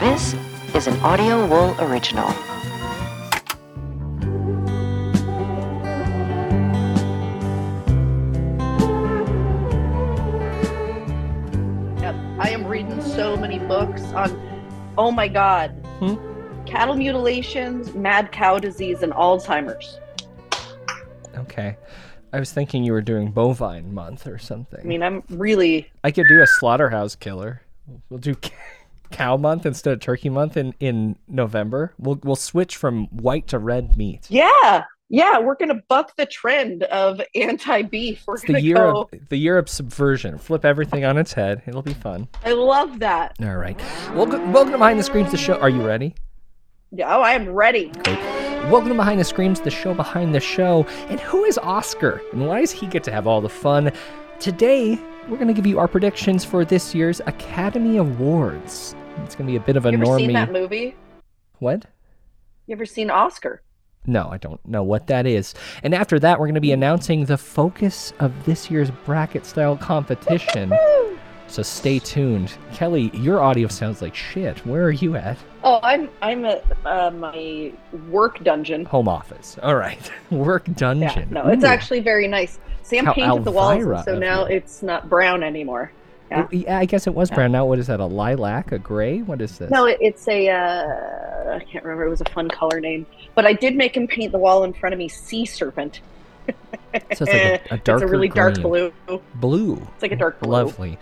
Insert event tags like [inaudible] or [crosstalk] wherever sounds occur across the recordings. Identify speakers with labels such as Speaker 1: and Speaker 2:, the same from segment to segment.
Speaker 1: This is an Audio Wool original.
Speaker 2: Yep. I am reading so many books on, oh my God,
Speaker 3: Hmm?
Speaker 2: cattle mutilations, mad cow disease, and Alzheimer's.
Speaker 3: Okay. I was thinking you were doing bovine month or something.
Speaker 2: I mean, I'm really,
Speaker 3: I could do a slaughterhouse killer. We'll do [laughs] c- cow month instead of turkey month in, in November. We'll we'll switch from white to red meat.
Speaker 2: yeah, yeah, we're going to buck the trend of anti beef. We're
Speaker 3: It's the
Speaker 2: going to
Speaker 3: year
Speaker 2: go.
Speaker 3: of the year of subversion. Flip everything on its head. It'll be fun.
Speaker 2: I love that.
Speaker 3: All right. Welcome, welcome to Behind the Screams, the show. Are you ready?
Speaker 2: Oh, I am ready.
Speaker 3: Welcome to Behind the Screams, the show behind the show. And who is Oscar? And why does he get to have all the fun? Today, we're going to give you our predictions for this year's Academy Awards. It's going to be a bit of a
Speaker 2: You ever seen
Speaker 3: normie.
Speaker 2: that movie?
Speaker 3: What?
Speaker 2: You ever seen Oscar?
Speaker 3: No, I don't know what that is. And after that, we're going to be announcing the focus of this year's bracket style competition. so stay tuned. Kelly, your audio sounds like shit. Where are you at?
Speaker 2: Oh, I'm I'm at uh, my work dungeon.
Speaker 3: Home office. All right. [laughs] Work
Speaker 2: Yeah,
Speaker 3: dungeon.
Speaker 2: no, it's
Speaker 3: Ooh.
Speaker 2: actually very nice. Sam
Speaker 3: How
Speaker 2: painted the walls,
Speaker 3: Elvira
Speaker 2: so
Speaker 3: of
Speaker 2: now
Speaker 3: you.
Speaker 2: it's not brown anymore. yeah.
Speaker 3: Yeah, I guess it was
Speaker 2: Yeah.
Speaker 3: brown. Now, what is that? A lilac? A gray? What is this?
Speaker 2: No, it, it's a uh, I can't remember. It was a fun color name, but I did make him paint the wall in front of me sea serpent.
Speaker 3: so it's like a, a
Speaker 2: eh, it's
Speaker 3: darker
Speaker 2: a really dark
Speaker 3: green.
Speaker 2: blue.
Speaker 3: Blue.
Speaker 2: It's like a dark blue.
Speaker 3: Lovely.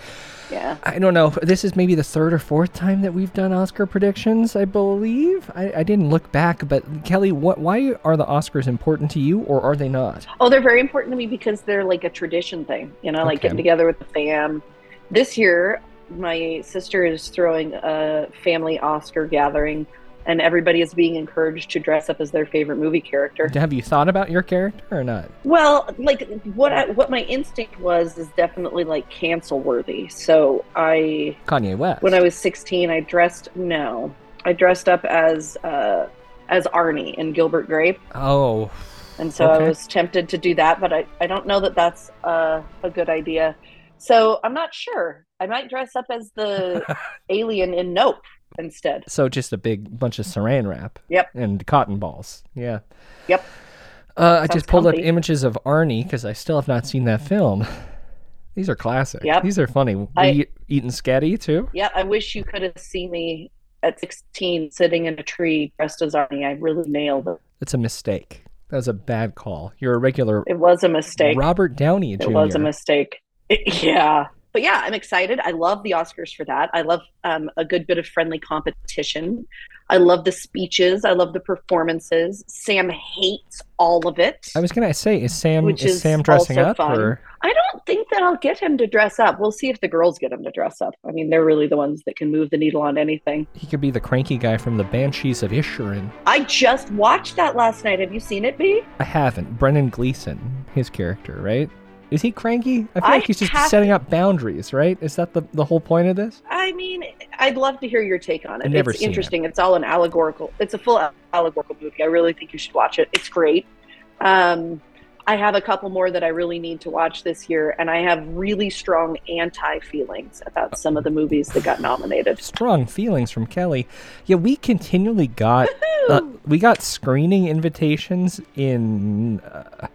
Speaker 2: Yeah,
Speaker 3: I don't know. This is maybe the third or fourth time that we've done Oscar predictions, I believe. I, I didn't look back, but Kelly, what? Why are the Oscars important to you, or are they not?
Speaker 2: Oh, they're very important to me because they're like a tradition thing, you know, like
Speaker 3: Okay.
Speaker 2: getting together with the fam. This year, my sister is throwing a family Oscar gathering, and everybody is being encouraged to dress up as their favorite movie character.
Speaker 3: Have you thought about your character or not?
Speaker 2: Well, like what I, what my instinct was is definitely like cancel worthy. So I,
Speaker 3: Kanye West.
Speaker 2: when I was 16, I dressed no, I dressed up as uh, as Arnie in Gilbert Grape.
Speaker 3: oh,
Speaker 2: And so
Speaker 3: Okay.
Speaker 2: I was tempted to do that, but I, I don't know that that's uh, a good idea. So I'm not sure. I might dress up as the alien in Nope instead.
Speaker 3: so just a big bunch of Saran wrap.
Speaker 2: Yep.
Speaker 3: And cotton balls. Yeah.
Speaker 2: Yep.
Speaker 3: Uh, I
Speaker 2: Sounds
Speaker 3: just pulled
Speaker 2: comfy.
Speaker 3: up images of Arnie because I still have not seen that film. [laughs] These are classic.
Speaker 2: Yep.
Speaker 3: These are funny. Were
Speaker 2: I-
Speaker 3: you eating scatty too?
Speaker 2: Yeah, I wish you could have seen me at 16 sitting in a tree dressed as Arnie. I really nailed it.
Speaker 3: That's a mistake. That was a bad call. You're a regular
Speaker 2: It was a mistake.
Speaker 3: Robert Downey Jr.
Speaker 2: It was a mistake. [laughs] yeah. But yeah, I'm excited. I love the Oscars for that. I love um, a good bit of friendly competition. I love the speeches. I love the performances. Sam hates all of it.
Speaker 3: I was gonna say, is Sam
Speaker 2: Which
Speaker 3: is,
Speaker 2: is
Speaker 3: Sam dressing
Speaker 2: also
Speaker 3: up
Speaker 2: fun.
Speaker 3: or
Speaker 2: I don't think that I'll get him to dress up. We'll see if the girls get him to dress up. I mean, they're really the ones that can move the needle on anything.
Speaker 3: he could be the cranky guy from the Banshees of Inisherin?
Speaker 2: I just watched that last night. Have you seen it, B?
Speaker 3: I haven't. Brennan Gleeson, his character, right? Is he cranky? I feel
Speaker 2: I
Speaker 3: like he's just
Speaker 2: have-
Speaker 3: setting up boundaries, right? Is that the, the whole point of this?
Speaker 2: I mean, I'd love to hear your take on it.
Speaker 3: I've never
Speaker 2: it's
Speaker 3: seen it.
Speaker 2: interesting. It's all an allegorical. It's a full al- allegorical movie. I really think you should watch it. It's great. Um, I have a couple more that I really need to watch this year, and I have really strong anti feelings about some of the movies that got nominated.
Speaker 3: Strong feelings from Kelly. Yeah, we continually got uh,
Speaker 2: Woo!
Speaker 3: we got screening invitations in uh,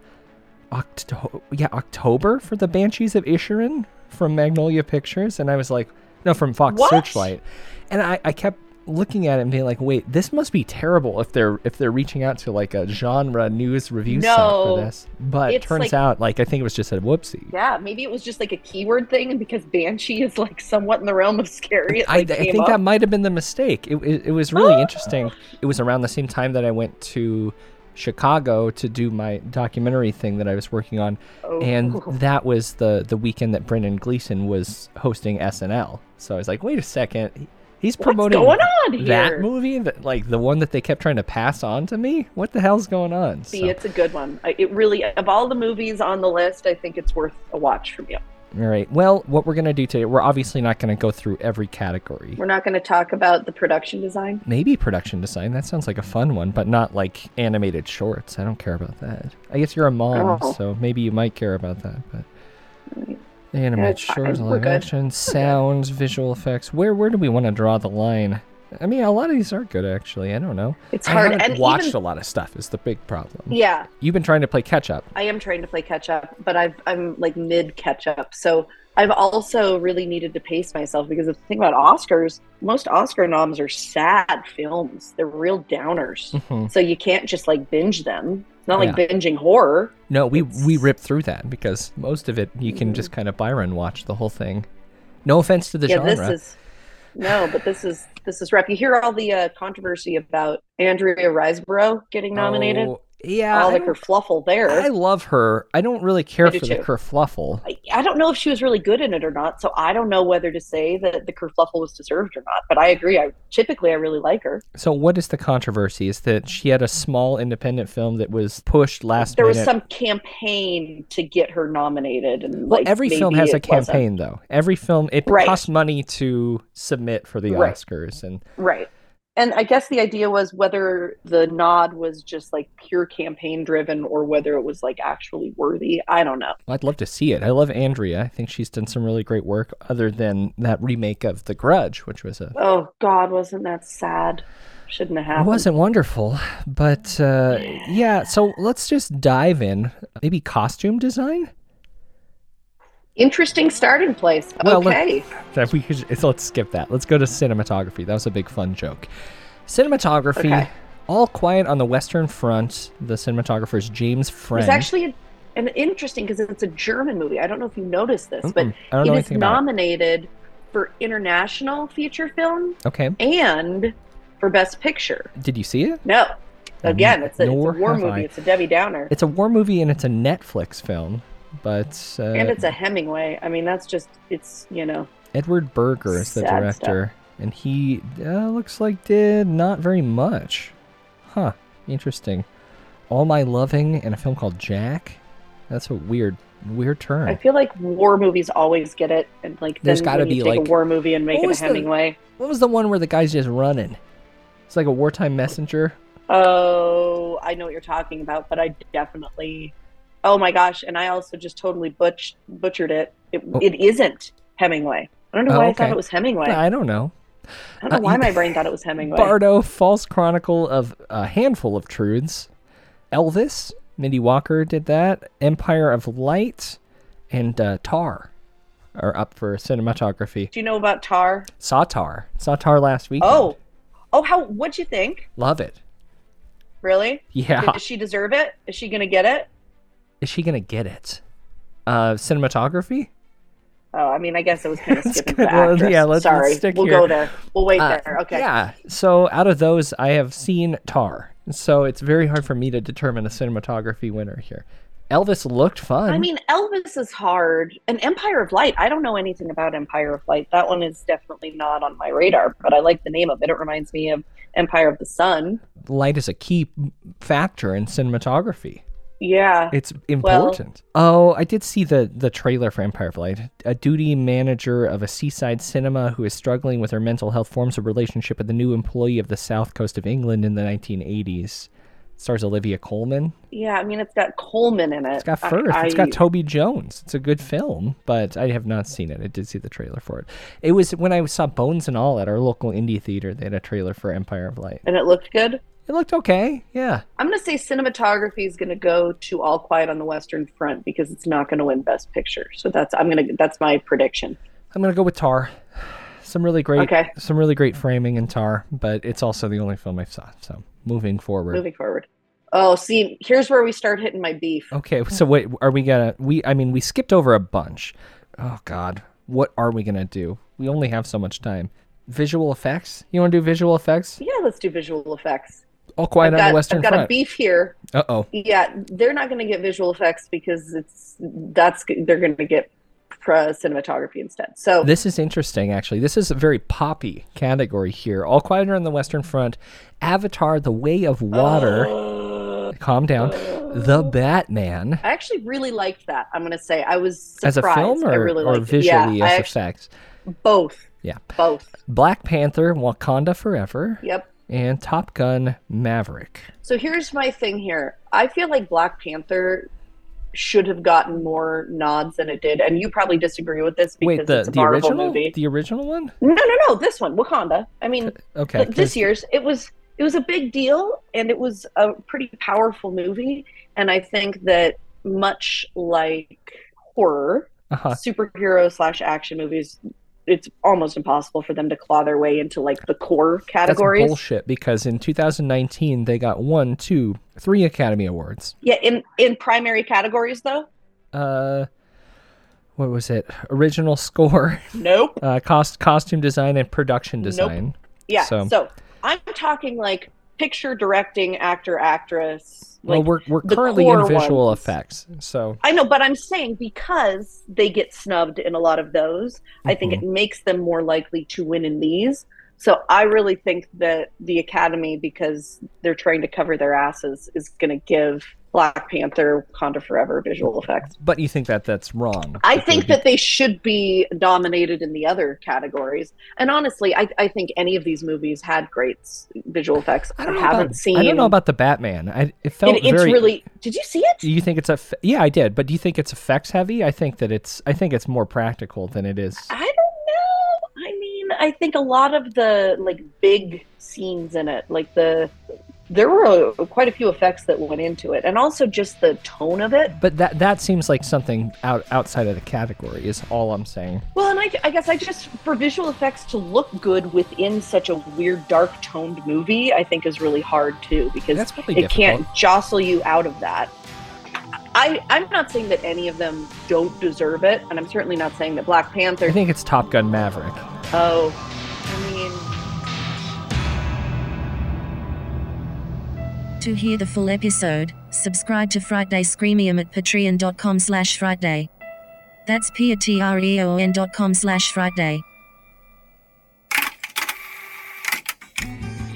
Speaker 3: October. Yeah, October for the Banshees of Inisherin from Magnolia Pictures, and I was like, no, from Fox
Speaker 2: What?
Speaker 3: Searchlight, and I, I kept looking at it and being like, wait, this must be terrible if they're if they're reaching out to like a genre news review site for
Speaker 2: No.
Speaker 3: this. But it
Speaker 2: It's
Speaker 3: turns
Speaker 2: like-
Speaker 3: out, like, I think it was just a whoopsie.
Speaker 2: yeah, maybe it was just like a keyword thing, and because Banshee is like somewhat in the realm of scary, it,
Speaker 3: I, I
Speaker 2: like, came
Speaker 3: think
Speaker 2: up. Oh.
Speaker 3: that might have been the mistake. It, it, it was really interesting. It was around the same time that I went to Chicago to do my documentary thing that I was working on,
Speaker 2: Oh. [laughs]
Speaker 3: and that was the the weekend that Brendan Gleeson was hosting SNL. So I was like, wait a second, he- he's
Speaker 2: What's
Speaker 3: promoting
Speaker 2: going on here?
Speaker 3: that movie, that, like the one that they kept trying to pass on to me. What the hell's going on?
Speaker 2: See,
Speaker 3: So-
Speaker 2: it's a good one. I, it really, of all the movies on the list, I think it's worth a watch from you.
Speaker 3: all right. Well, what we're gonna do today, we're obviously not gonna go through every category.
Speaker 2: We're not going to talk about the production design.
Speaker 3: Maybe production design. That sounds like a fun one, but not like animated shorts. I don't care about that. I guess you're a mom,
Speaker 2: Oh.
Speaker 3: so maybe you might care about that. But
Speaker 2: Yeah,
Speaker 3: animated
Speaker 2: it's fine.
Speaker 3: shorts,
Speaker 2: We're
Speaker 3: live
Speaker 2: good.
Speaker 3: action, sounds, visual effects. Where where do we want to draw the line? I mean, a lot of these are good, actually. I don't know.
Speaker 2: It's
Speaker 3: I
Speaker 2: hard.
Speaker 3: haven't
Speaker 2: and
Speaker 3: watched
Speaker 2: even,
Speaker 3: a lot of stuff. Is the big problem.
Speaker 2: yeah,
Speaker 3: You've been trying to play catch up.
Speaker 2: I am trying to play catch up, but I've I'm like mid catch up. So I've also really needed to pace myself because the thing about Oscars, most Oscar noms are sad films. They're real downers.
Speaker 3: Mhm.
Speaker 2: So you can't just like binge them. It's not like
Speaker 3: Yeah.
Speaker 2: binging horror.
Speaker 3: No, we we
Speaker 2: It's-
Speaker 3: ripped through that because most of it you can
Speaker 2: Mhm.
Speaker 3: just kind of Byron watch the whole thing. No offense to the
Speaker 2: yeah,
Speaker 3: genre.
Speaker 2: this is no, but this is this is rough. You hear all the uh, controversy about Andrea Riseborough getting nominated.
Speaker 3: Oh, yeah,
Speaker 2: all the
Speaker 3: I, don't-
Speaker 2: kerfluffle there.
Speaker 3: I love her. I don't really care
Speaker 2: I do
Speaker 3: for the
Speaker 2: too.
Speaker 3: kerfluffle.
Speaker 2: I, I don't know if she was really good in it or not, so I don't know whether to say that the kerfluffle was deserved or not. But I agree. I typically I really like her.
Speaker 3: So what is the controversy? Is that she had a small independent film that was pushed last
Speaker 2: There was
Speaker 3: minute?
Speaker 2: some campaign to get her nominated, and
Speaker 3: well,
Speaker 2: like,
Speaker 3: every film
Speaker 2: maybe
Speaker 3: has a
Speaker 2: it wasn't.
Speaker 3: campaign, though. Every film it
Speaker 2: Right.
Speaker 3: costs money to submit for the
Speaker 2: Right.
Speaker 3: Oscars, and
Speaker 2: right? And I guess the idea was whether the nod was just like pure campaign driven or whether it was like actually worthy. I don't know.
Speaker 3: I'd love to see it. I love Andrea. I think she's done some really great work, other than that remake of The Grudge, which was a
Speaker 2: Oh God, wasn't that sad? Shouldn't have
Speaker 3: It
Speaker 2: happened.
Speaker 3: wasn't wonderful, but uh, yeah. So let's just dive in. Maybe costume design.
Speaker 2: Interesting starting place.
Speaker 3: Well, look-
Speaker 2: okay.
Speaker 3: That we could, so let's skip that. Let's go to cinematography. That was a big fun joke. Cinematography.
Speaker 2: Okay.
Speaker 3: All Quiet on the Western Front. The cinematographer is James Friend.
Speaker 2: It's actually a, an interesting because it's a German movie. I don't know if you noticed this,
Speaker 3: Mm-mm. I
Speaker 2: but
Speaker 3: don't know
Speaker 2: it is
Speaker 3: anything about it.
Speaker 2: nominated for international feature film
Speaker 3: okay.
Speaker 2: and for best picture.
Speaker 3: Did you see it?
Speaker 2: No, again, it's a, it's a
Speaker 3: Nor
Speaker 2: war
Speaker 3: have
Speaker 2: movie.
Speaker 3: I.
Speaker 2: It's a Debbie Downer,
Speaker 3: It's a war movie and it's a Netflix film. But uh,
Speaker 2: and it's a Hemingway. I mean, that's just it's you know
Speaker 3: Edward Berger is the
Speaker 2: Sad stuff.
Speaker 3: director, and he uh, looks like did not very much. Huh. Interesting. All My Loving and a film called Jack. That's a weird, weird
Speaker 2: I
Speaker 3: turn.
Speaker 2: feel like war movies always get it, and like
Speaker 3: There's
Speaker 2: then
Speaker 3: gotta
Speaker 2: when you
Speaker 3: be,
Speaker 2: take
Speaker 3: like-
Speaker 2: a war movie and make
Speaker 3: What
Speaker 2: it a
Speaker 3: was the-
Speaker 2: Hemingway.
Speaker 3: What was the one where the guy's just running? It's like a wartime messenger.
Speaker 2: Oh, I know what you're talking about, but I definitely. Oh my gosh! And I also just totally butch butchered it. It,
Speaker 3: Oh.
Speaker 2: it isn't Hemingway. I don't know
Speaker 3: Oh,
Speaker 2: why I
Speaker 3: okay.
Speaker 2: thought it was Hemingway.
Speaker 3: I don't know.
Speaker 2: I don't know
Speaker 3: uh,
Speaker 2: why
Speaker 3: you-
Speaker 2: my brain thought it was Hemingway.
Speaker 3: Bardo, False Chronicle of a Handful of Truths. Elvis, Mindy Walker did that. Empire of Light and uh, Tar are up for cinematography.
Speaker 2: Do you know about Tar?
Speaker 3: Saw Tar. Saw Tar last week.
Speaker 2: Oh, oh, how? What'd you think?
Speaker 3: Love it.
Speaker 2: Really?
Speaker 3: Yeah.
Speaker 2: Does she deserve it? Is she gonna get it?
Speaker 3: Is she gonna get it? Uh, cinematography.
Speaker 2: Oh, I mean, I guess I was kind of
Speaker 3: [laughs] It's
Speaker 2: skipping
Speaker 3: good.
Speaker 2: to
Speaker 3: Well,
Speaker 2: actress.
Speaker 3: yeah, let's- let's
Speaker 2: Sorry,
Speaker 3: stick
Speaker 2: we'll
Speaker 3: here.
Speaker 2: go there. We'll wait
Speaker 3: Uh,
Speaker 2: there. Okay.
Speaker 3: Yeah. So out of those, I have seen Tar. So it's very hard for me to determine a cinematography winner here. Elvis looked fun.
Speaker 2: I mean, Elvis is hard. And Empire of Light, I don't know anything about Empire of Light. That one is definitely not on my radar, but I like the name of it. It reminds me of Empire of the Sun.
Speaker 3: light is a key factor in cinematography.
Speaker 2: Yeah.
Speaker 3: It's important. oh, I did see the the trailer for Empire of Light. A duty manager of a seaside cinema who is struggling with her mental health forms a relationship with a new employee of the south coast of England in the 1980s. stars Olivia Colman.
Speaker 2: Yeah. I mean, it's got Coleman in it.
Speaker 3: It's got Firth.
Speaker 2: I,
Speaker 3: it's got Toby Jones. It's a good film, but I have not seen it. I did see the trailer for it. It was when I saw Bones and All at our local indie theater. They had a trailer for Empire of Light.
Speaker 2: and it looked good.
Speaker 3: It looked okay. Yeah.
Speaker 2: I'm going to say cinematography is going to go to All Quiet on the Western Front because it's not going to win Best Picture. So that's I'm going to that's my prediction.
Speaker 3: I'm gonna go with Tar. Some really great,
Speaker 2: Okay.
Speaker 3: some really great framing in Tar, but it's also the only film I saw. So moving forward.
Speaker 2: Moving forward. Oh, see, here's where we start hitting my beef.
Speaker 3: Okay, so wait, are we gonna? We, I mean, we skipped over a bunch. Oh God, what are we gonna do? We only have so much time. Visual effects. You want to do visual effects?
Speaker 2: Yeah, let's do visual effects.
Speaker 3: All
Speaker 2: I've
Speaker 3: quiet on
Speaker 2: got,
Speaker 3: the Western
Speaker 2: I've got a
Speaker 3: Front.
Speaker 2: beef here
Speaker 3: Uh oh.
Speaker 2: Yeah, they're not going to get visual effects because it's that's they're going to get pro cinematography instead. So
Speaker 3: This is interesting, actually. This is a very poppy category here. All Quiet on the Western Front, Avatar: The Way of Water. Calm down. The Batman.
Speaker 2: I actually really liked that. I'm going to say I was
Speaker 3: as
Speaker 2: surprised.
Speaker 3: a film or,
Speaker 2: I really
Speaker 3: or
Speaker 2: liked it. Yeah,
Speaker 3: visually
Speaker 2: I
Speaker 3: as
Speaker 2: actually-
Speaker 3: effects.
Speaker 2: both.
Speaker 3: Yeah.
Speaker 2: both.
Speaker 3: Black Panther, Wakanda Forever,
Speaker 2: Yep.
Speaker 3: and Top Gun Maverick.
Speaker 2: So here's my thing here. I feel like Black Panther should have gotten more nods than it did. And you probably disagree with this because
Speaker 3: Wait, the,
Speaker 2: it's a
Speaker 3: the
Speaker 2: Marvel
Speaker 3: original,
Speaker 2: movie.
Speaker 3: the original one.
Speaker 2: No, no, no. This one, Wakanda. I mean,
Speaker 3: Okay,
Speaker 2: th-
Speaker 3: 'cause-
Speaker 2: this year's it was it was a big deal and it was a pretty powerful movie and i think that much like horror
Speaker 3: Uh-huh.
Speaker 2: superhero slash action movies it's almost impossible for them to claw their way into like the core
Speaker 3: That's
Speaker 2: categories
Speaker 3: bullshit because in 2019 they got one, two, three Academy Awards.
Speaker 2: yeah in in primary categories though
Speaker 3: Uh, what was it? Original score,
Speaker 2: nope
Speaker 3: uh, cost costume design, and production
Speaker 2: Nope.
Speaker 3: design.
Speaker 2: yeah
Speaker 3: So-
Speaker 2: so, i'm talking like picture directing actor actress
Speaker 3: Well,
Speaker 2: like
Speaker 3: we're we're
Speaker 2: the
Speaker 3: currently in
Speaker 2: core
Speaker 3: visual
Speaker 2: ones.
Speaker 3: effects, so
Speaker 2: I know, but I'm saying because they get snubbed in a lot of those, I think
Speaker 3: Mm-hmm.
Speaker 2: it makes them more likely to win in these. So I really think that the Academy, because they're trying to cover their asses, is going to give Black Panther, Wakanda Forever visual effects.
Speaker 3: But you think that that's wrong?
Speaker 2: I
Speaker 3: That
Speaker 2: think
Speaker 3: they-
Speaker 2: that they should be dominated in the other categories. And honestly, I, I think any of these movies had great s- visual effects. I,
Speaker 3: I don't know
Speaker 2: haven't
Speaker 3: about,
Speaker 2: seen.
Speaker 3: I don't know about the Batman. I it felt
Speaker 2: it, it's
Speaker 3: very.
Speaker 2: really. Did you see it?
Speaker 3: do you think it's a? f- Yeah, I did. But do you think it's effects heavy? I think that it's. I think it's more practical than it is.
Speaker 2: I don't know. I mean, I think a lot of the like big scenes in it, like the there were uh quite a few effects that went into it, and also just the tone of it.
Speaker 3: But that that seems like something out outside of the category. Is all I'm saying.
Speaker 2: Well, and I, I guess I just for visual effects to look good within such a weird, dark toned movie, I think is really hard too because
Speaker 3: That's probably
Speaker 2: it
Speaker 3: difficult.
Speaker 2: can't jostle you out of that. I, I'm not saying that any of them don't deserve it, and I'm certainly not saying that Black Panther.
Speaker 3: [laughs] I think it's Top Gun Maverick.
Speaker 2: oh, I mean.
Speaker 4: To hear the full episode, subscribe to Friday Screamium at patreon.com slash Friday. That's p-a-t-r-e-o-n E dot com slash Friday.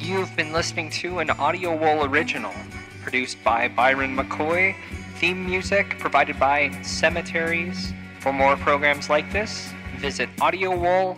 Speaker 5: You've been listening to an Audio Wall original, produced by Byron McCoy. Theme music provided by Cemeteries. For more programs like this, visit audiowall.co.